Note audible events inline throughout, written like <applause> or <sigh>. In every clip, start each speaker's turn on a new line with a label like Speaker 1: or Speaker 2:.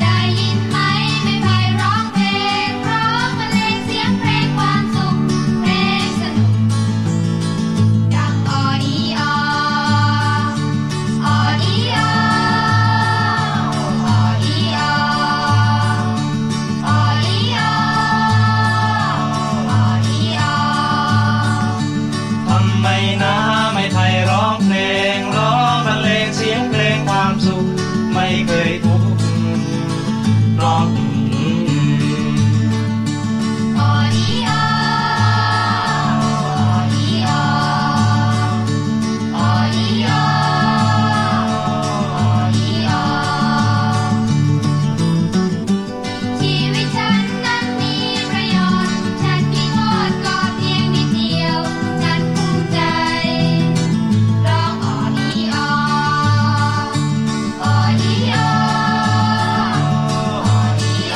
Speaker 1: ได้ยินไหมไม่ไพร้องเพลงร้องบรรเลงเสียงเพลงความสุขเพลงสนุกดังออดีออออดีออออดีออออดีออออดีออ
Speaker 2: ทำไมนะไม่ไทยร้องเพลง ร้องบรรเลงเสียงเพลงความสุข ไม่เคยทุกข์ร้อง
Speaker 1: ออดีออออดีออออดีออออดีออชีวิตฉันนั้นมีประโยชน์ ฉันมีโทษก็เพียงนิดเดียว ฉันภูมิใจ ร้องออดีออออดีออออดีอ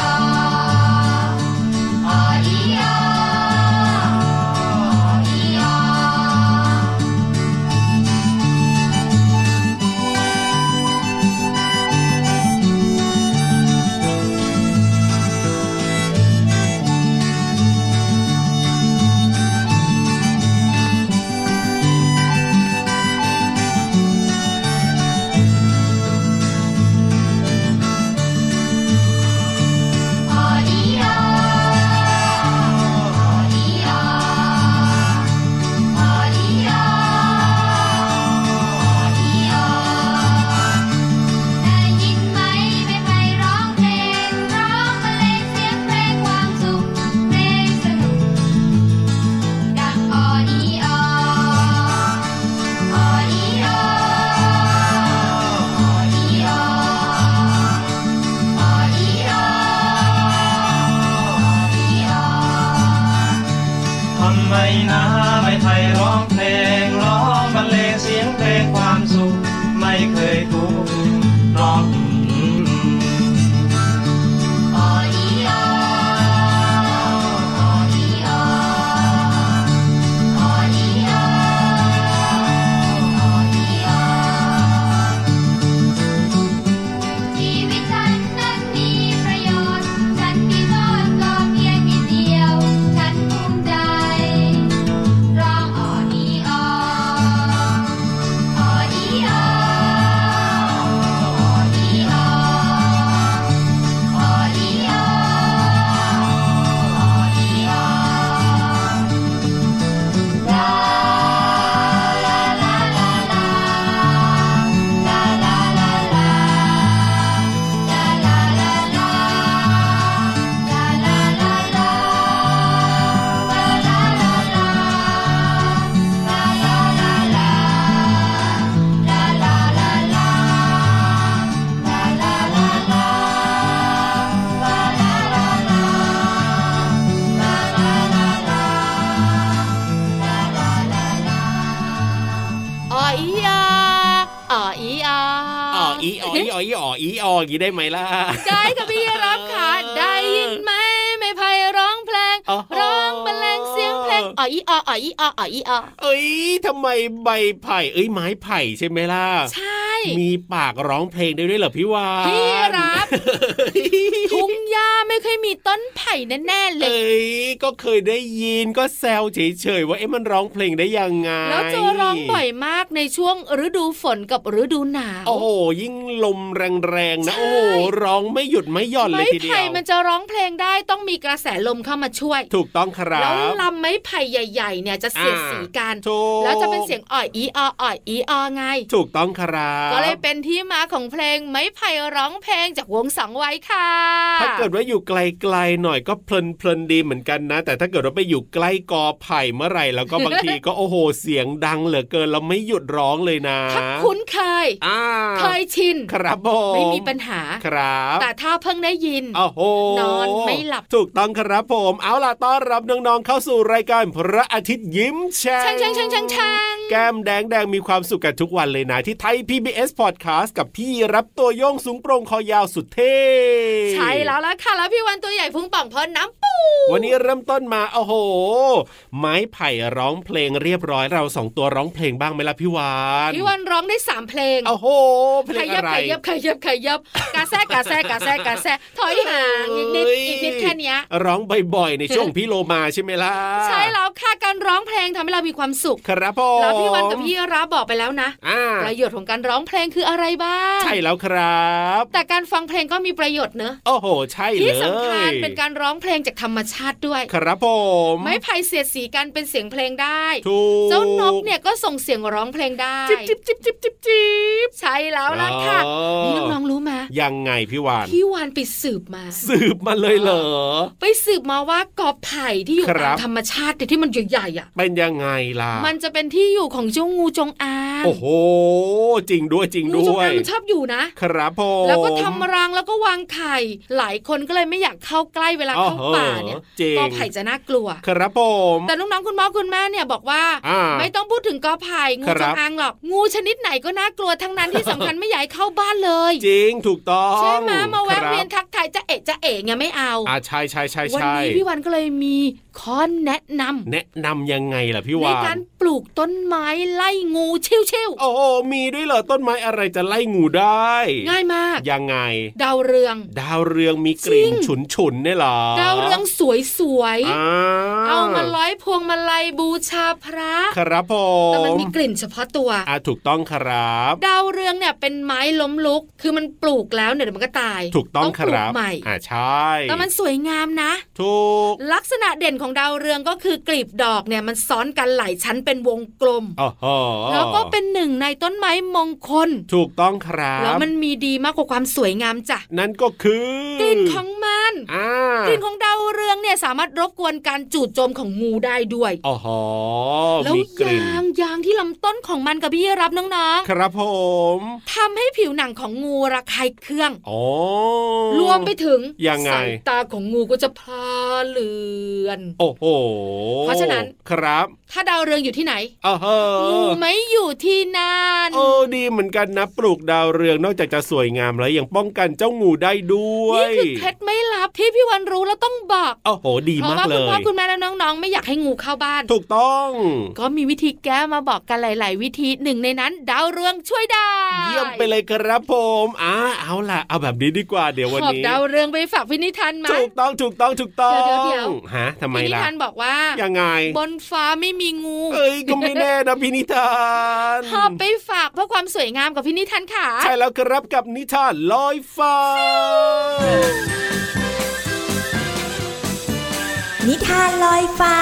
Speaker 1: อ ออดีออออดีออ ออดีออออดีออออดีออออดีออได้ยินไหมไม่ไพร้องเพลงร้องบรรเลงเสียงเพลงความสุขเพลงสนุกดังออดีออออดีออออดีออออดีออ
Speaker 2: ทำไมนะไม่ไทยร้องเพลง ร้องบรรเลงเสียงเพลงความสุข ไม่เคยทุกข์ร้อง
Speaker 1: ชีวิตฉันนั้นมีประโยชน์ ฉันมีโทษก็เพียงนิดเดียว ฉันภูมิใจ ร้องออดีออออดีออออดีออออดีออออดีออลาลาลาลาลาลาลาลาลา
Speaker 3: อออีอออออีออ
Speaker 4: อ๋ออีอ๋ออีอ๋ออีอ๋ออีอ๋ออย่างนี้ได้ไหมล่ะ
Speaker 3: ได้ค่ะพี่รับค่ะได้ยินไหมไม่ไพร้องเพลง
Speaker 4: อ๋อ
Speaker 3: ร้องบรรเลงเสียงเพลงอออีอออออีอออออีออ
Speaker 4: เอ้ยทำไมใบไผ่เอ้ยไม้ไผ่ใช่ไหมล่ะ
Speaker 3: ใช่
Speaker 4: มีปากร้องเพลงได้ด้วยเหรอพี่วาน
Speaker 3: พี่รับ
Speaker 4: <laughs>
Speaker 3: ทุ่งหญ้าไม่เคยมีต้นไผ่แน่ๆเล
Speaker 4: เอย ้ยก็เคยได้ยินก็แซวเฉยๆว่าเอ๊ะมันร้องเพลงได้ยังไง
Speaker 3: แล้วเจอร้องบ่อยมากในช่วงฤดูฝนกับฤดูหนาว
Speaker 4: โอ้โหยิ่งลมแรงๆนะ
Speaker 3: ใช่
Speaker 4: โอ้โหร้องไม่หยุดไม่หย่อนเลย
Speaker 3: ไม้
Speaker 4: ทีเดีย
Speaker 3: ไผ่
Speaker 4: ว
Speaker 3: มันจะร้องเพลงได้ต้องมีกระแสลมเข้ามาช่วย
Speaker 4: ถูกต้องครั
Speaker 3: แล้ว
Speaker 4: บ
Speaker 3: ลำไม้ไผ่ใหญ่ ๆ เนี่ยจะเสียดสีกัน
Speaker 4: ถูก
Speaker 3: แล้วจะเป็นเสียงอ่อยอีอออ่อยอีออไง
Speaker 4: ถูกต้องครับ
Speaker 3: ก็เลยเป็นที่มาของเพลงไม้ไผ่ร้องเพลงจากวงสังไว้ค่ะ
Speaker 4: ถ้าเกิด กิดว่าอยู่ไกลๆหน่อยก็เพลินเพลินๆดีเหมือนกันนะ แต่ถ้าเกิดว่าไปอยู่ใกล้กอไผ่เมื่อไหร่แล้วก็บางทีก็โอ้โห <laughs> เสียงดังเหลือเกินเราไม่หยุดร้องเลยนะ
Speaker 3: ถ้าคุ้นเคย
Speaker 4: อ่า
Speaker 3: เคยชิน
Speaker 4: ครับผม
Speaker 3: ไม่มีปัญหา
Speaker 4: ครับ
Speaker 3: แต่ถ้าเพิ่งได้ยิน
Speaker 4: โอ้โห
Speaker 3: นอนไม่หลับ
Speaker 4: ถูกต้องครับผม เอาล่ะต้อนรับน้องๆเข้าสู่รายการพระอาทิตย์ยิ้มแฉ่
Speaker 3: ช่างช่างช่างช่างช่าง
Speaker 4: แก้มแดงแดงมีความสุขกันทุกวันเลยนะ ที่ไทย PBS Podcast กับพี่รับตัวโยงสูงโปร่งคอยาวสุดเท่
Speaker 3: ใช่แล้วล่ะค่ะ แล้วพี่วันตัวใหญ่พุงป่องพอน้ำปู
Speaker 4: วันนี้เริ่มต้นมาโอ้โห ไม้ไผ่ร้องเพลงเรียบร้อยเราสองตัวร้องเพลงบ้างไหมล่ะพี่วาน
Speaker 3: พี่วันร้องได้สามเพลง
Speaker 4: โอ้โหเพล
Speaker 3: ข
Speaker 4: ง
Speaker 3: ยั
Speaker 4: อะไร
Speaker 3: ขยับขยับขยับกาแซกาแซกาแซกาแซถอยห่างอีกนิด
Speaker 4: เอ้ย
Speaker 3: อีกนิดแค่เนี้ย
Speaker 4: ร้องบ่อยๆในช่วงพี่โลมาใช่ไหมล่ะ
Speaker 3: ใช่แล้วค่ะการร้องเพลงทำให้เรามีความสุข
Speaker 4: ครับผม
Speaker 3: แล้วพี่วันกับพี่รับบอกไปแล้วนะ
Speaker 4: อ่า
Speaker 3: ประโยชน์ของการร้องเพลงคืออะไรบ้าง
Speaker 4: ใช่แล้วครับ
Speaker 3: แต่การฟังเพลงก็มีประโยชน์เนอะ
Speaker 4: โอ้โห ใช่เลย
Speaker 3: ที่สำคัญเป็นการร้องเพลงจากธรรมชาติด้วย
Speaker 4: ครับผม
Speaker 3: ไม้ไผ่เสียดสีกันเป็นเสียงเพลงได้
Speaker 4: ถูก
Speaker 3: เจ้านกเนี่ยก็ส่งเสียงร้องเพลงได้
Speaker 4: จิ๊บจิ๊บจิ๊บจิ๊บจิ๊บจิ๊บ
Speaker 3: ใช่แล้วล่ะค่ะ
Speaker 4: อ๋อ
Speaker 3: นี่น้องๆรู้ไหม
Speaker 4: ยังไงพี่วาน
Speaker 3: พี่วานไปสืบมา
Speaker 4: สืบมาเลยเหรอ
Speaker 3: ไปสืบมาว่ากอไผ่ที่อยู่
Speaker 4: ครั
Speaker 3: ตาม
Speaker 4: บ
Speaker 3: ธรรมชาติเนี่ยที่มันใหญ่ๆอ่ะ
Speaker 4: เป็นยังไงล่ะ
Speaker 3: มันจะเป็นที่อยู่ของเจ้างูจงอาง
Speaker 4: โอ้โห จริงด้วยจริง
Speaker 3: งู
Speaker 4: ด้
Speaker 3: จง
Speaker 4: ว
Speaker 3: อาย งมันชอบอยู่นะ
Speaker 4: ครับผม
Speaker 3: แล้วก็ทำรังแล้วก็วางไข่ หลายคนก็เลยไม่อยากเข้าใกล้เวลาเข้า
Speaker 4: โอ้โห
Speaker 3: ป่าเนี่ย
Speaker 4: จริง
Speaker 3: กอไผ่จะน่ากลัว
Speaker 4: ครับผม
Speaker 3: แต่น้องๆคุณพ่อคุณแม่เนี่ยบอกว่า
Speaker 4: อ่า
Speaker 3: ไม่ต้องพูดถึงกอไผ่งู
Speaker 4: ค
Speaker 3: จ
Speaker 4: รั
Speaker 3: ง
Speaker 4: บ
Speaker 3: อางหรอกงูชนิดไหนก็น่ากลัวทั้งนั้นที่สำคัญ ไม่อยากให้เข้าบ้านเลย
Speaker 4: จริงถูกต้อง
Speaker 3: ใช่ไหมมาแวะเวียน
Speaker 4: ครับ
Speaker 3: ทักทายจะเอะจะเอะไงไม่เอา
Speaker 4: อ่าใช่ใช่ใช่
Speaker 3: วั
Speaker 4: ใช่
Speaker 3: นี้พี่วันก็เลยมีข้อแนะนำ
Speaker 4: แนะนำยังไงล่ะพี่
Speaker 3: ใน
Speaker 4: วา
Speaker 3: การ
Speaker 4: น
Speaker 3: ปลูกต้นไม้ไล่งูเชี่ยว
Speaker 4: โอ้โห มีด้วยเหรอต้นไม้อะไรจะไล่งูได้
Speaker 3: ๆง่ายมาก
Speaker 4: ยังไง
Speaker 3: ดาวเรือง
Speaker 4: ดาวเรืองมีกลิ่น
Speaker 3: จริง
Speaker 4: ฉุนฉุนๆเนี่ยเหรอ
Speaker 3: ดาวเรืองสวยสวยๆ
Speaker 4: อ่า
Speaker 3: เอามาร้อยพวงมาลัยบูชาพระ
Speaker 4: ครับผ
Speaker 3: แต่มัน
Speaker 4: ม
Speaker 3: มีกลิ่นเฉพาะตัว
Speaker 4: อ่าถูกต้องครับ
Speaker 3: ดาวเรืองเนี่ยเป็นไม้ล้มลุก คือมันปลูกแล้วเนี่ยเดี๋ยวมันก็ตาย
Speaker 4: ถูกต้องค
Speaker 3: ปลู
Speaker 4: รั
Speaker 3: ก
Speaker 4: บ
Speaker 3: ใหม่
Speaker 4: อ่าใช่
Speaker 3: แต่มันสวยงามนะ
Speaker 4: ถูก
Speaker 3: ลักษณะเด่นของดาวเรืองก็คือกลีบดอกเนี่ยมันซ้อนกันหลายชั้นเป็นวงกลม
Speaker 4: โอ้โห
Speaker 3: แล้วก็เป็นหนึ่งในต้นไม้มงคล
Speaker 4: ถูกต้องครับ
Speaker 3: แล้วมันมีดีมากกว่าความสวยงามจ้ะ
Speaker 4: นั่นก็คือก
Speaker 3: ลิ่นของมัน
Speaker 4: อ่าก
Speaker 3: ลิ่นของดาวเรืองเนี่ยสามารถรบกวนการจู่โจมของงูได้ด้วย
Speaker 4: โอ้โห
Speaker 3: แล้ว
Speaker 4: มีกลิ่น
Speaker 3: ยางยางที่ลำต้นของมันกับพี่รับน้อง
Speaker 4: ครับผม
Speaker 3: ๆทำให้ผิวหนังของงูระคายเคือง
Speaker 4: โอ้
Speaker 3: รวมไปถึง
Speaker 4: ยังไง
Speaker 3: สายตาของงูก็จะพลาเลือน
Speaker 4: โอ้โห
Speaker 3: เพราะฉะนั้น
Speaker 4: ครับ
Speaker 3: ถ้าดาวเรืองอยู่ที่ไหน
Speaker 4: โอ้โห
Speaker 3: งูไม่อยู่ที่นั่น
Speaker 4: เออดีเหมือนกันนะปลูกดาวเรืองนอกจากจะสวยงามแล้วยังป้องกันเจ้างูได้ด้วย
Speaker 3: นี่คือเคล็ดไม่ลับที่พี่วันรู้แล้วต้องบอก
Speaker 4: โอ้โหดี
Speaker 3: เพราะ
Speaker 4: มาก
Speaker 3: ว่า
Speaker 4: เล
Speaker 3: คุณพ่อย คุณแม่และน้องๆ ไม่อยากให้งูเข้าบ้าน
Speaker 4: ถูกต้อง
Speaker 3: ก็มีวิธีแก้มาบอกกันหลาย ๆ วิธีหนึ่งในนั้น ดาวเรืองช่วยได้
Speaker 4: เยี่ยมไปเลยครับผมอ่าเอาล่ะ เอาแบบนี้ดีกว่าเดี๋ยววัน
Speaker 3: ขอบ
Speaker 4: นี้
Speaker 3: ดาวเรืองไปฝากพินิธันมา
Speaker 4: ถูกต้องถูกต้องถูกต้อง
Speaker 3: เดี๋ยวเดี๋ยวเดี๋ยว
Speaker 4: ฮะทำไม
Speaker 3: พี่นิ
Speaker 4: ล่ะ
Speaker 3: ทานบอกว่า
Speaker 4: ยังไง
Speaker 3: บนฟ้าไม่มีงู
Speaker 4: เอ้ยก็ไม่แน่นะพี่นิทาน
Speaker 3: หอบไปฝากเพื่อความสวยงามกับพี่นิทานค่ะ
Speaker 4: ใช่แล้วครับกับนิทานลอยฟ้า
Speaker 5: นิทานลอยฟ้า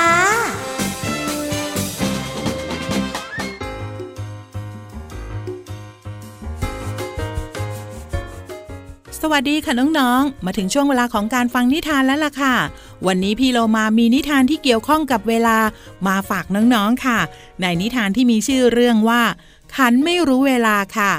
Speaker 6: สวัสดีค่ะน้องๆ มาถึงช่วงเวลาของการฟังนิทานแล้วล่ะค่ะ วันนี้พี่โลมามีนิทานที่เกี่ยวข้องกับเวลามาฝากน้องๆค่ะ ในนิทานที่มีชื่อเรื่องว่า ขันไม่รู้เวลาค่ะ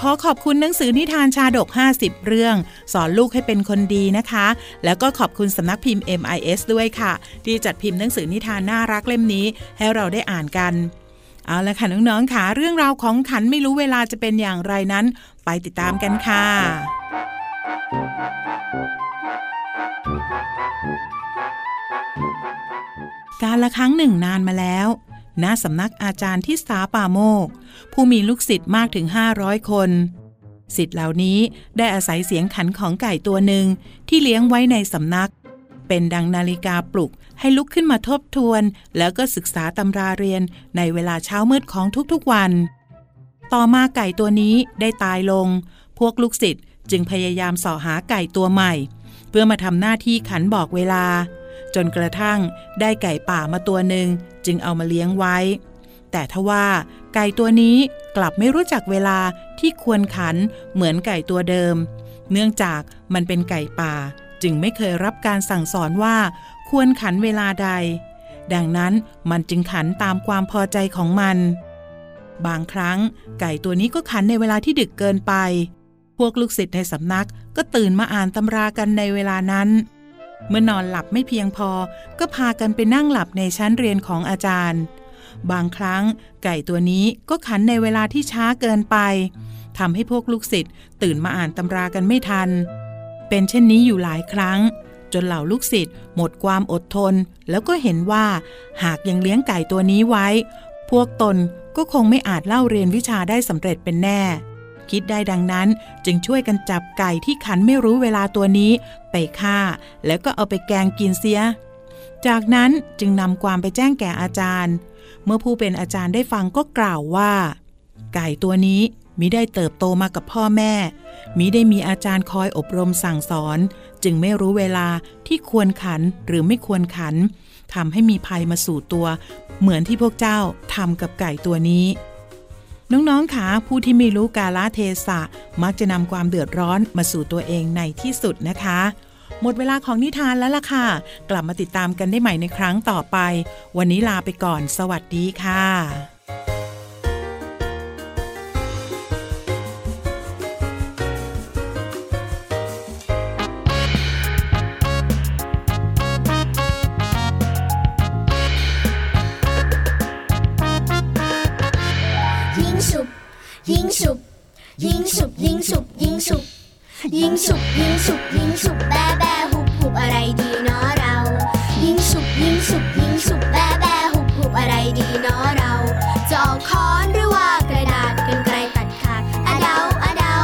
Speaker 6: ขอขอบคุณหนังสือนิทานชาดก 50 เรื่อง สอนลูกให้เป็นคนดีนะคะ แล้วก็ขอบคุณสำนักพิมพ์ MIS ด้วยค่ะ ที่จัดพิมพ์หนังสือนิทานน่ารักเล่มนี้ ให้เราได้อ่านกัน เอาละค่ะน้องๆค่ะเรื่องราวของขันไม่รู้เวลาจะเป็นอย่างไรนั้น ไปติดตามกันค่ะ การละครั้งหนึ่งนานมาแล้วณสำนักอาจารย์ที่สาป่าโมก ผู้มีลูกศิษย์มากถึง 500 คน ศิษย์เหล่านี้ได้อาศัยเสียงขันของไก่ตัวหนึ่งที่เลี้ยงไว้ในสำนัก เป็นดังนาฬิกาปลุกให้ลุกขึ้นมาทบทวน แล้วก็ศึกษาตำราเรียนในเวลาเช้ามืดของทุกๆวัน ต่อมาไก่ตัวนี้ได้ตายลง พวกลูกศิษย์จึงพยายามเสอหาไก่ตัวใหม่ เพื่อมาทำหน้าที่ขันบอกเวลา จนกระทั่งได้ไก่ป่ามาตัวหนึ่งจึงเอามาเลี้ยงไว้ แต่ทว่าไก่ตัวนี้กลับไม่รู้จักเวลาที่ควรขันเหมือนไก่ตัวเดิม เนื่องจากมันเป็นไก่ป่า จึงไม่เคยรับการสั่งสอนว่าควรขันเวลาใด ดังนั้นมันจึงขันตามความพอใจของมัน บางครั้งไก่ตัวนี้ก็ขันในเวลาที่ดึกเกินไป พวกลูกศิษย์ในสำนักก็ตื่นมาอ่านตำรากันในเวลานั้น เมื่อนอนหลับไม่เพียงพอก็พากันไปนั่งหลับในชั้นเรียนของอาจารย์ บางครั้งไก่ตัวนี้ก็ขันในเวลาที่ช้าเกินไปทำให้พวกลูกศิษย์ตื่นมาอ่านตำรากันไม่ทัน เป็นเช่นนี้อยู่หลายครั้ง จนเหล่าลูกศิษย์หมดความอดทน แล้วก็เห็นว่า หากยังเลี้ยงไก่ตัวนี้ไว้ พวกตนก็คงไม่อาจเล่าเรียนวิชาได้สำเร็จเป็นแน่ คิดได้ดังนั้นจึงช่วยกันจับไก่ที่ขันไม่รู้เวลาตัวนี้ไปฆ่า แล้วก็เอาไปแกงกินเสีย จากนั้นจึงนำความไปแจ้งแก่อาจารย์ เมื่อผู้เป็นอาจารย์ได้ฟังก็กล่าวว่า ไก่ตัวนี้มิได้เติบโตมากับพ่อแม่มิได้มีอาจารย์คอยอบรมสั่งสอน จึงไม่รู้เวลาที่ควรขันหรือไม่ควรขันทำให้มีภัยมาสู่ตัว เหมือนที่พวกเจ้าทำกับไก่ตัวนี้ น้องๆคะผู้ที่ไม่รู้กาลเทศะ มักจะนำความเดือดร้อนมาสู่ตัวเองในที่สุดนะคะ หมดเวลาของนิทานแล้วล่ะค่ะ กลับมาติดตามกันได้ใหม่ในครั้งต่อไป วันนี้ลาไปก่อน สวัสดีค่ะ
Speaker 7: ยิงฉุบยิงฉุบยิงฉุบยิงฉุบยิงฉุบยิงฉุบยิงฉุบยิงฉุบแบแบหุบหุบอะไรดีเนาะเรา ยิงฉุบยิงฉุบยิงฉุบแบแบหุบหุบอะไรดีเนาะเราจะเอาค้อนหรือว่ากระดาษกันไกลตัดขาดอะเดาอะเดา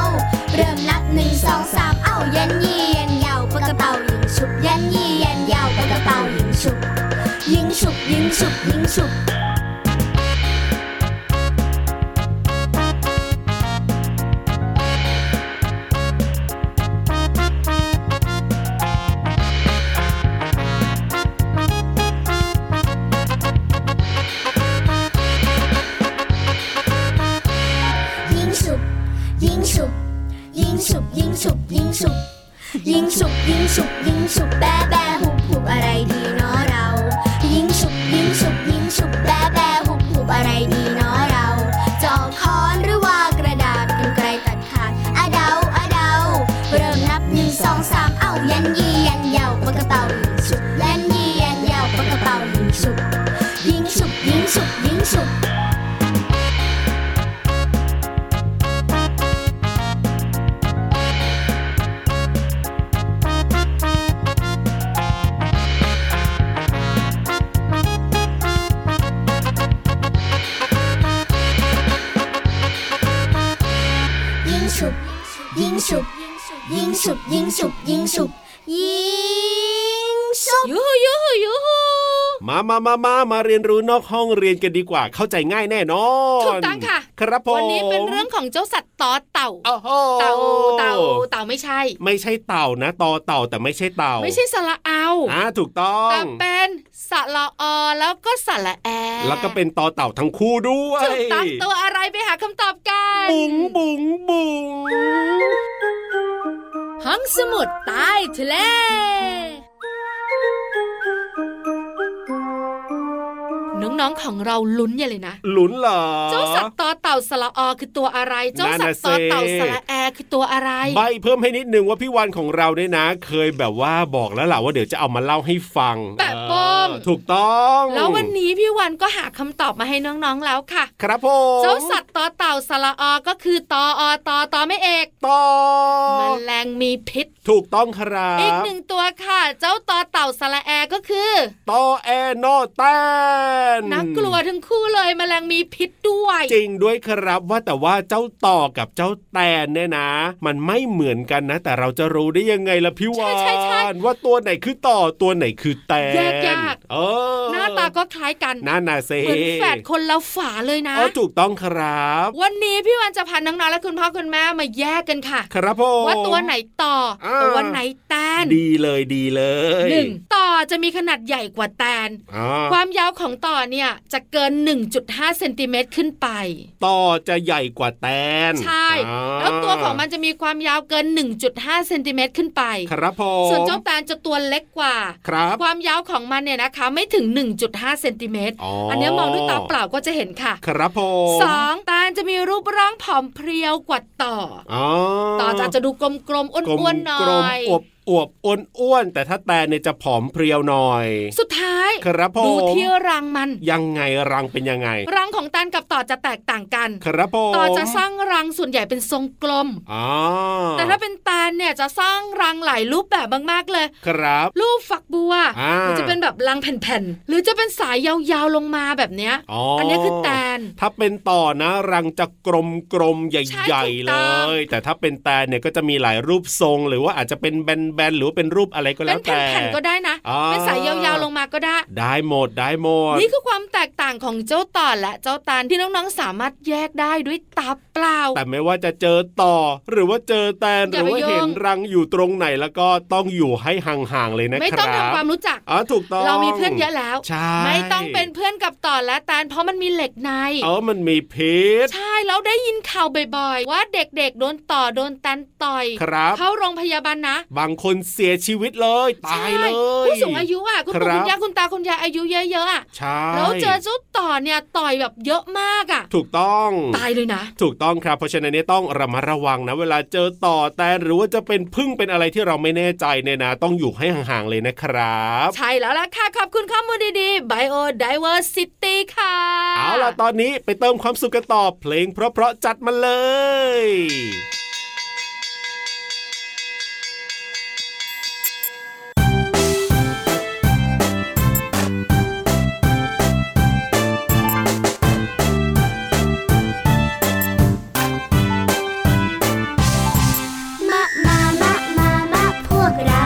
Speaker 7: เริ่มนับหนึ่งสองสามเอ้ายันยี่ยันยาวปากกระเป๋ายิงฉุบยันยี่ยันยาวปากกระเป๋ายิงฉุบยิงฉุบยิงฉุบยิงฉุบ ยิงฉุบยิงฉุบยิงฉุบยิงฉุบยิงฉุบยิงฉุบยิงฉุบยิงฉุบแบแบหุบหุบอะไรดีเนาะเรา ยิงฉุบยิงฉุบยิงฉุบแบแบหุบหุบอะไรดีเนาะเราจอบค้อนหรือว่ากระดาษกันไกลตัดขาดอะเดาอะเดาเริ่มนับหนึ่งสองสามเอ้ายันยียันยาวปากกระเป๋ายิงฉุบยันยียันยาวปากกระเป๋ายิงฉุบยิงฉุบยิงฉุบยิงฉุบ ยิงฉุบยิงฉุบยิงฉุบยิงฉุบยิงฉุบยิงฉุบ
Speaker 3: ยูฮูยูฮูยูฮู
Speaker 4: มามามามามาเรียนรู้นอกห้องเรียนกันดีกว่า เข้าใจง่ายแน่นอน
Speaker 3: ถูกต้องค่ะ
Speaker 4: ครับผม
Speaker 3: วันนี้เป็นเรื่องของเจ้าสัตว์ต่อเต่า
Speaker 4: โอ้โห
Speaker 3: เต่าเต่าเต่าไม่ใช่
Speaker 4: ไม่ใช่เต่านะตอเต่าแต่ไม่ใช่เต่า
Speaker 3: ไม่ใช่สระเอา
Speaker 4: อ่าถูกต้อง
Speaker 3: แต่เป็นสระออแล้วก็สระแอ
Speaker 4: แล้วก็เป็นตอเต่าทั้งคู่ด้วย
Speaker 3: ถูกต้องตัวอะไรไปหาคำตอบกัน
Speaker 4: บุ๋งบุ๋งบุ๋ง
Speaker 3: ห้องสมุดใต้ทะเล น้องๆของเราลุ้นอย่าเลยนะ
Speaker 4: หลุนเหรอ
Speaker 3: เจ้าสัตว์ต่อเต่าสระออคือตัวอะไร เจ้าสัตว์ต่อเต่าสระแอคือตัวอะไร
Speaker 4: ใบเพิ่มให้นิดนึงว่าพี่วันของเราเนี่ยนะ เคยแบบว่าบอกแล้วล่ะว่าเดี๋ยวจะเอามาเล่าให้ฟัง
Speaker 3: แบบป้อม
Speaker 4: เถูกต้อง
Speaker 3: แล้ววันนี้พี่วันก็หาคำตอบมาให้น้องๆแล้วค่ะ
Speaker 4: ครับผม
Speaker 3: เจ้าสัตว์ต่อเต่าสระออก็คือตออตอตอไม่เอก
Speaker 4: ตอ
Speaker 3: แมลงมีพิษ
Speaker 4: ถูกต้องครับ
Speaker 3: อีกหนึ่งตัวค่ะ เจ้าตอเต่าสระแอก็คือ
Speaker 4: ตอแอนอแตน
Speaker 3: อน่ากลัวทั้งคู่เลยแมลงมีพิษด้วย
Speaker 4: จริงด้วยครับว่าแต่ว่าเจ้าต่อกับเจ้าแตนเนี่ยนะ มันไม่เหมือนกันนะ แต่เราจะรู้ได้ยังไงล่ะพี่วา
Speaker 3: ใช่ใช่ใช่
Speaker 4: นว่าตัวไหนคือต่อตัวไหนคือแตน
Speaker 3: แยกยาก
Speaker 4: เออ
Speaker 3: หน้าตา าก็คล้ายกัน
Speaker 4: น่าหนาเซ
Speaker 3: เหมือนแฝดคนละฝาเลยนะ
Speaker 4: อ๋อถูกต้องครับ
Speaker 3: วันนี้พี่วันจะพาน้องๆและคุณพ่อคุณแม่มาแยกกันค่ะ
Speaker 4: ครับผม
Speaker 3: ว่าตัวไหนต่อ
Speaker 4: อ่า
Speaker 3: ตัวไหนแตน
Speaker 4: ดีเลยดีเลย
Speaker 3: หนึ่งต่อจะมีขนาดใหญ่กว่าแตน
Speaker 4: อ่า
Speaker 3: ความยาวของต่อเนี่ยจะเกิน 1.5เซนติเมตรขึ้นไป
Speaker 4: ต่อจะใหญ่กว่าแตน
Speaker 3: ใช่
Speaker 4: อ่า
Speaker 3: แล้วตัวของมันจะมีความยาวเกิน 1.5เซนติเมตรขึ้นไป
Speaker 4: ครับผม
Speaker 3: ส่วนเจ้าแตนจะตัวเล็กกว่า
Speaker 4: ครับ
Speaker 3: ความยาวของมันเนี่ยนะคะ ไม่ถึง 1.5เซนติเมตร
Speaker 4: อ๋ออั
Speaker 3: อันเนี้ยมองด้วยตาเปล่าก็จะเห็นค่ะ
Speaker 4: ครับผม
Speaker 3: สองแตนจะมีรูปร่างผอมเพรียวกว่าต่อ
Speaker 4: อ๋อ
Speaker 3: อต่อจะอาจจะดูกลมๆ
Speaker 4: กลม
Speaker 3: อ้วนๆหน่
Speaker 4: กลม
Speaker 3: อย
Speaker 4: อวบอวบอ้วนอ้วนแต่ถ้าแตนเนี่ยจะผอมเพรียวหน่อย
Speaker 3: สุดท้าย
Speaker 4: ครับผม
Speaker 3: ดูที่รังมัน
Speaker 4: ยังไงรังเป็นยังไง
Speaker 3: รังของแตนกับต่อจะแตกต่างกัน
Speaker 4: ครับผม
Speaker 3: ต่อจะสร้างรังส่วนใหญ่เป็นทรงกลม
Speaker 4: อ๋อ
Speaker 3: แต่ถ้าเป็นแตนเนี่ยจะสร้างรังหลายรูปแบบมากๆเลย
Speaker 4: ครับ
Speaker 3: รูปฝักบัว
Speaker 4: อ่า
Speaker 3: หรือจะเป็นแบบรังแผ่นๆ หรือจะเป็นสายยาวๆลงมาแบบเนี้ย
Speaker 4: อ๋ออั
Speaker 3: อันเนี้ยคือแตน
Speaker 4: ถ้าเป็นต่อนะรังจะกลมกลมๆใ
Speaker 3: ใช่
Speaker 4: หญ่ๆเล
Speaker 3: ถูกต้อง
Speaker 4: ย แต่ถ้าเป็นแตนเนี่ยก็จะมีหลายรูปทรง หรือว่าอาจจะเป็นแบนๆหรือว่าเป็นรูปอะไรก็
Speaker 3: เป็
Speaker 4: แล้
Speaker 3: น
Speaker 4: วแต่
Speaker 3: แผ่นๆก็ได้นะ
Speaker 4: อ่า
Speaker 3: เป็นสายยาวๆลงมาก็ได้
Speaker 4: ได้หมดได้หมด
Speaker 3: นี่คือความแตกต่างของเจ้าต่อและเจ้าตานที่น้องๆสามารถแยกได้ด้วยตาเปล่า
Speaker 4: แต่ไม่ว่าจะเจอต่อ หรือว่าเจอแตนห
Speaker 3: อย่า
Speaker 4: รือ
Speaker 3: ไป
Speaker 4: ว่า
Speaker 3: โยง
Speaker 4: เห็นรังอยู่ตรงไหนแล้วก็ต้องอยู่ให้ห่างๆเลยนะ
Speaker 3: ไม่
Speaker 4: ค
Speaker 3: ต้อง
Speaker 4: รั
Speaker 3: ทำควา
Speaker 4: บ
Speaker 3: มรู้จัก
Speaker 4: อ๋อถูกต้อง
Speaker 3: เรามีเพื่อนเยอะแล้ว
Speaker 4: ใช่
Speaker 3: ไม่ต้องเป็นเพื่อนกับต่อและแตนเพราะมันมีเหล็กใน
Speaker 4: เออมันมีพิษ
Speaker 3: ใช่แล้วได้ยินข่าวบ่อยๆ ว่าเด็กๆ โดนต่อโดนแตนต่อย
Speaker 4: ครับ
Speaker 3: เข้าโรงพยาบาลนะ
Speaker 4: บางคนเสียชีวิตเลยตายเลย
Speaker 3: ใช่ผู้สูงอายุอ่ะคุณ
Speaker 4: ครับ
Speaker 3: ปู่คุณย่าคุณตาคุณยายอายุเยอะๆอ่ะ
Speaker 4: ใช่
Speaker 3: แล้วเจอเจ้าต่อเนี่ยต่อยแบบเยอะมากอ่ะ
Speaker 4: ถูกต้อง
Speaker 3: ตายเลยนะ
Speaker 4: ถูกต้องครับ เพราะฉะนั้นเนี่ยต้องระมัดระวังนะ เวลาเจอต่อแต่หรือว่าจะเป็นพึ่งเป็นอะไรที่เราไม่แน่ใจเนี่ยนะ ต้องอยู่ให้ห่างๆเลยนะครับ
Speaker 3: ใช่แล้วล่ะค่ะ ขอบคุณข้อมูลดีๆ Bio Diversity ค่ะ
Speaker 4: เอาล่ะ ตอนนี้ไปเติมความสุขกันต่อเพลงเพราะๆจัดมาเลย
Speaker 1: มะมามะมามะพวกเรา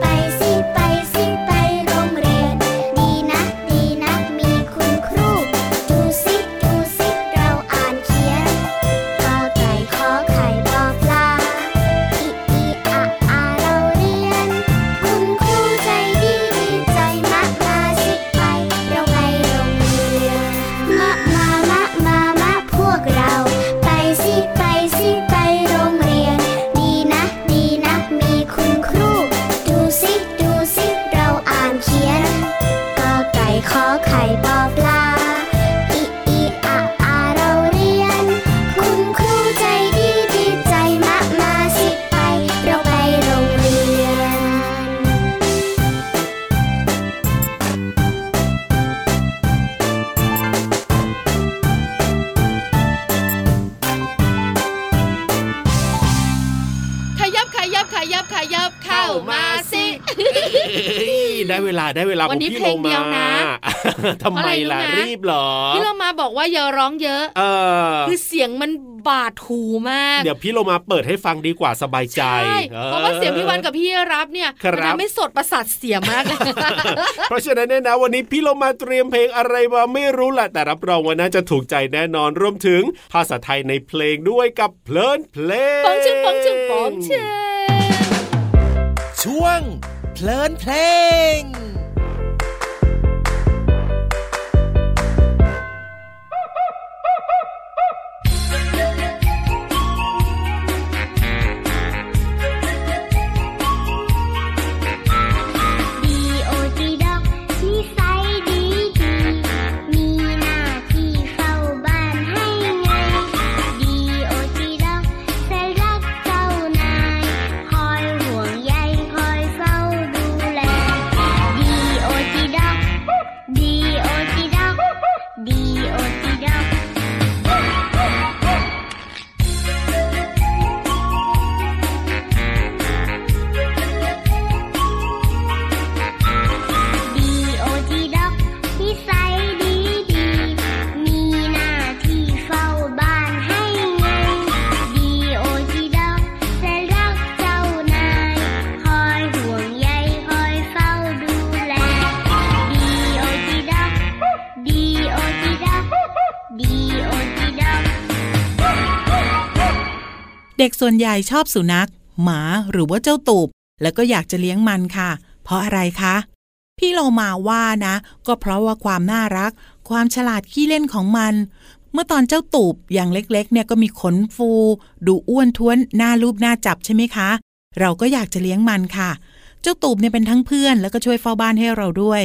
Speaker 1: ไปสิไปสิไปโรงเรียน ดีนะดีนะมีคุณครู ดูสิดูสิเราอ่านเขียนกอไก่ขอไข่ปอปลาอีอีอะอาเราเรียน คุณครูใจดีดีใจมะมาสิไป เราไปโรงเรียนมะมามะมามะพวกเรา ไปสิไปสิไปโรงเรียน ดีนะดีนะมีคุณครู ดูสิดูสิเราอ่านเขียนกอไก่ขอไข่ปอปลาอีอีอะอาเราเรียน คุณครูใจดีดีใจมะมาสิไป เราไปโรงเรียน
Speaker 3: ขยับขยับขยับขยับเข้ามาสิ
Speaker 4: ได้เวลาได้เวลา
Speaker 3: วัน
Speaker 4: ข
Speaker 3: นี้
Speaker 4: อ
Speaker 3: เพลงเดียวนะ
Speaker 4: อ่ะทำไมล่ะ
Speaker 3: อะไรรู้ไหม
Speaker 4: รีบเหรอ
Speaker 3: พี่เรามาบอกว่าอย่าร้องเยอะ
Speaker 4: เออ
Speaker 3: คือเสียงมันบาดหูมาก
Speaker 4: เดี๋ยวพี่โลมาเปิดให้ฟังดีกว่าสบายใจ
Speaker 3: ใช่
Speaker 4: ออ
Speaker 3: เพราะว่าเสียงพี่วันกับพี่รับเนี่ย
Speaker 4: ครับ
Speaker 3: มันทำให้สดประสาทเสียมาก
Speaker 4: <laughs> เพราะฉะนั้นเนี่ยนะวันนี้พี่เรามาเตรียมเพลงอะไรมาไม่รู้แหละแต่รับรองว่าน่าจะถูกใจแน่นอนรวมถึงภาษาไทยในเพลงด้วยกับเพลินเพลง
Speaker 3: ปองชื่อปองชื่อปองชื่อ
Speaker 8: ช่วง เพลินเพลง
Speaker 1: ดีโอจีด็อกนิสัยดีดีมีหน้าที่เฝ้าบ้านให้ไงดีโอจีด็อกจะรักเจ้านาย คอยห่วงใยคอยเฝ้าดูแลดี
Speaker 6: เด็กส่วนใหญ่ชอบสุนัข หมาหรือว่าเจ้าตูบ แล้วก็อยากจะเลี้ยงมันค่ะ เพราะอะไรคะ พี่โลมาว่านะ ก็เพราะว่าความน่ารัก ความฉลาดขี้เล่นของมัน เมื่อตอนเจ้าตูบอย่างเล็กๆ เนี่ยก็มีขนฟู ดูอ้วนท้วนหน้ารูปหน้าจับใช่ไหมคะ เราก็อยากจะเลี้ยงมันค่ะ เจ้าตูบเนี่ยเป็นทั้งเพื่อนแล้วก็ช่วยเฝ้าบ้านให้เราด้วย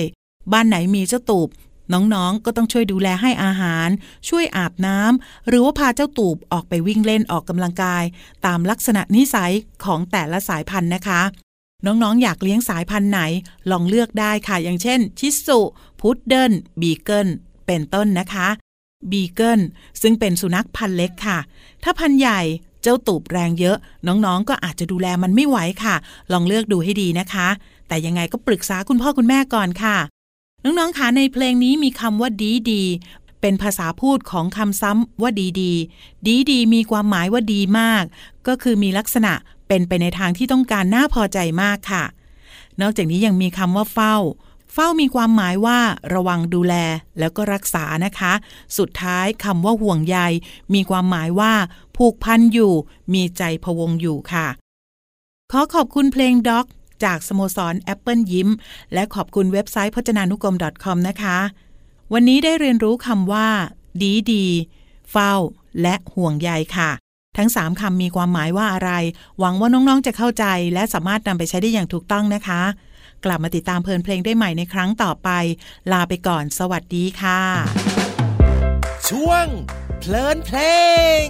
Speaker 6: บ้านไหนมีเจ้าตูบ น้องๆ ก็ต้องช่วยดูแลให้อาหาร ช่วยอาบน้ำหรือว่าพาเจ้าตูบออกไปวิ่งเล่นออกกำลังกาย ตามลักษณะนิสัยของแต่ละสายพันธุ์นะคะ น้องๆ อยากเลี้ยงสายพันธุ์ไหน ลองเลือกได้ค่ะอย่างเช่น ชิสุพุดเดิลบีเกิลเป็นต้นนะคะบีเกิลซึ่งเป็นสุนัขพันธุ์เล็กค่ะ ถ้าพันธุ์ใหญ่เจ้าตูบแรงเยอะ น้องๆ ก็อาจจะดูแลมันไม่ไหวค่ะ ลองเลือกดูให้ดีนะคะ แต่ยังไงก็ปรึกษาคุณพ่อคุณแม่ก่อนค่ะ น้องๆคะในเพลงนี้มีคำว่าดีดี เป็นภาษาพูดของคำซ้ำว่าดีดีดีดีมีความหมายว่าดีมาก ก็คือมีลักษณะเป็นไปในทางที่ต้องการน่าพอใจมากค่ะ นอกจากนี้ยังมีคำว่าเฝ้า เฝ้ามีความหมายว่า ระวังดูแลแล้วก็รักษานะคะ สุดท้ายคำว่าห่วงใย มีความหมายว่า ผูกพันอยู่ มีใจพะวงอยู่ค่ะ ขอขอบคุณเพลงด็อกจากสโมสรแอปเปิลยิ้ม และขอบคุณเว็บไซต์พจนานุกรม .com นะคะ วันนี้ได้เรียนรู้คำว่า ดีดีเฝ้า และห่วงใยค่ะ ทั้ง 3คำมีความหมายว่าอะไร หวังว่าน้องๆจะเข้าใจ และสามารถนำไปใช้ได้อย่างถูกต้องนะคะ กลับมาติดตามเพลินเพลงได้ใหม่ในครั้งต่อไป ลาไปก่อน สวัสดีค่ะ
Speaker 2: ช่วง เพลินเพลง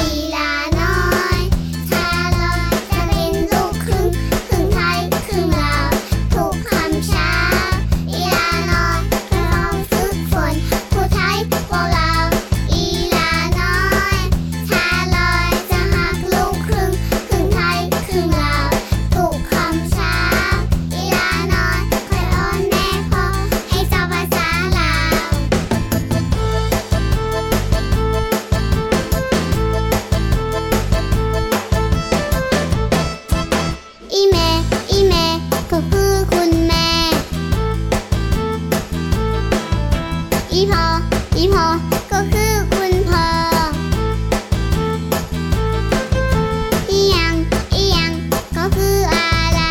Speaker 1: อีลาน้อยชาลอยจะเป็นลูกครึ่งครึ่งไทยครึ่งลาวทุกคำช้า อีลาน้อยก็ต้องฝึกฝนผู้ไทยพวกเรา อีลาน้อยชาลอยจะหักลูกครึ่งครึ่งไทยครึ่งลาวทุกคำช้า อีลาน้อยคอยอ้อนแม่พ่อให้เจ้าภาษาลาว อีแม่ อีแม่ก็คือคุณแม่ อีพอ อีพอ ก็คือคุณพ่อ อียัง อียัง ก็คืออะไร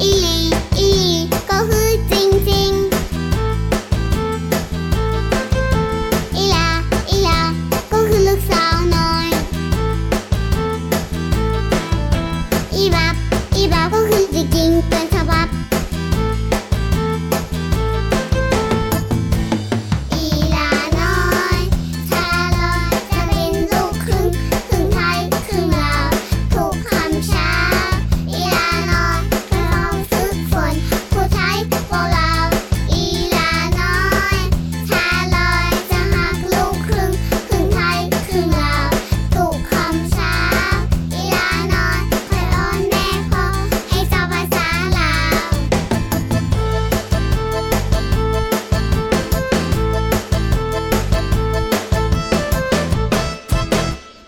Speaker 1: อีหลี อีหลี ก็คือจริงจริงๆอีลา อีลา ก็คือลูกสาวน้อย อีบับ อีบับก็คือจริงๆเป็นฉบับ อีลาน้อยชาลอยจะเป็นลูกครึ่งครึ่งไทยครึ่งลาวถูกคำช้า อีลาน้อยก็ต้องฝึกฝนผู้ไทยพวกเรา อีลาน้อยชาลอยจะหักลูกครึ่งครึ่งไทยครึ่งลาวถูกคำช้า อีลาน้อยคอยอ้อนแม่พ่อให้เจ้าภาษาลาว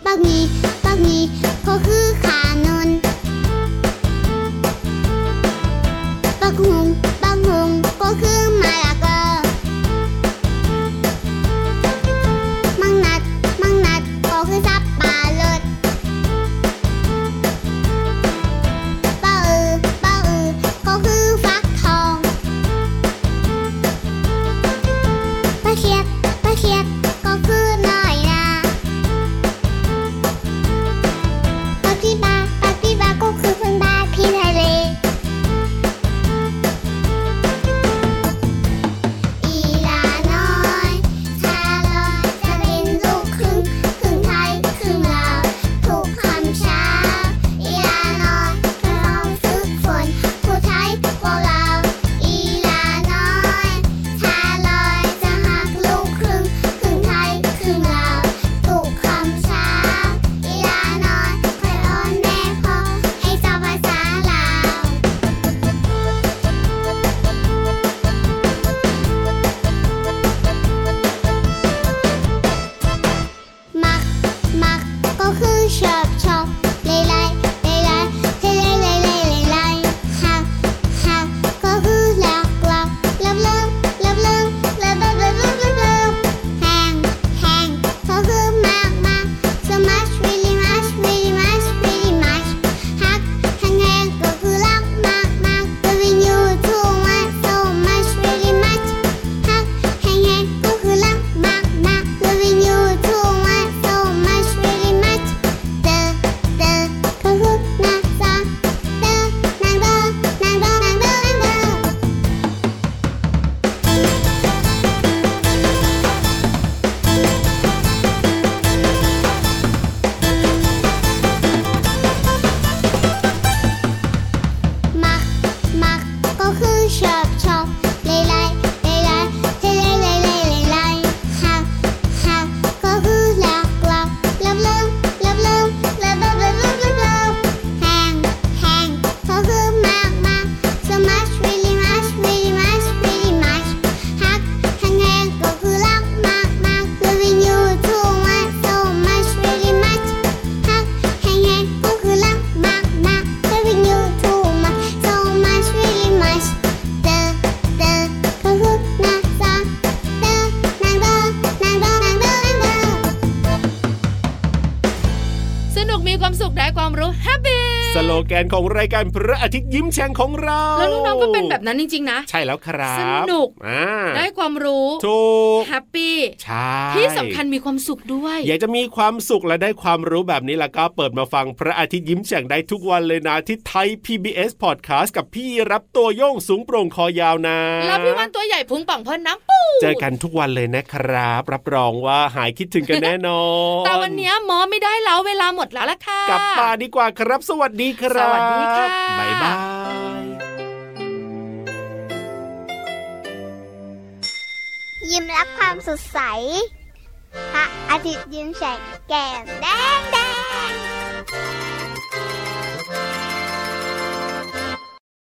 Speaker 1: บักมีบักมีก็คือขานนบักหงบักหงก็คือมาลากอมังนัด มังนัดก็คือสับปะรดปะอือปะอือก็คือฟักทอง ปะเขียด ปะเขียดก็คือน้อยนา ปาปิบาปาปิบาก็คือพึ่งบ้านพี่ทะเล อีลาน้อยชาลอยจะเป็นลูกครึ่งครึ่งไทยครึ่งลาวถูกคำช้า อีลาน้อยก็ต้องฝึกฝนผู้ไทยพวกเรา อีลาน้อยชาลอยจะหักลูกค
Speaker 3: ความสุขได้ความรู้แฮปปี้
Speaker 4: สโลแกนของรายการพระอาทิตย์ยิ้มแฉ่งของเรา
Speaker 3: แล้วน้องๆก็เป็นแบบนั้นจริง ๆ นะ
Speaker 4: ใช่แล้วครับ
Speaker 3: สนุก
Speaker 4: อ่า
Speaker 3: ได้ความรู้
Speaker 4: ถูก
Speaker 3: แฮปปี้
Speaker 4: ใช่
Speaker 3: ที่สำคัญมีความสุขด้วย
Speaker 4: อยากจะมีความสุขและได้ความรู้แบบนี้แล้วก็เปิดมาฟังพระอาทิตย์ยิ้มแฉ่งได้ทุกวันเลยนะ ที่ไทย PBS Podcast กับพี่รับตัวโยงสูงโปร่งคอยาวนะ
Speaker 3: แล้วพี่วันตัวใหญ่พุงป่องพ่นน้ำปู
Speaker 4: เจอกันทุกวันเลยนะครับ รับรองว่าหายคิดถึงกันแน่นอน
Speaker 3: แต่วันเนี้ยหมอไม่ได้แล้วเวลาหมดแล้วล่ะค่ะ
Speaker 4: กลับป่านดีกว่าครับ สวัสดีครับ
Speaker 3: สวัสดีค่ะ
Speaker 4: บ๊ายบาย
Speaker 7: ยิ้มรับความสดใส พระอาทิตย์ยิ้มแฉกแก้มแดงแดง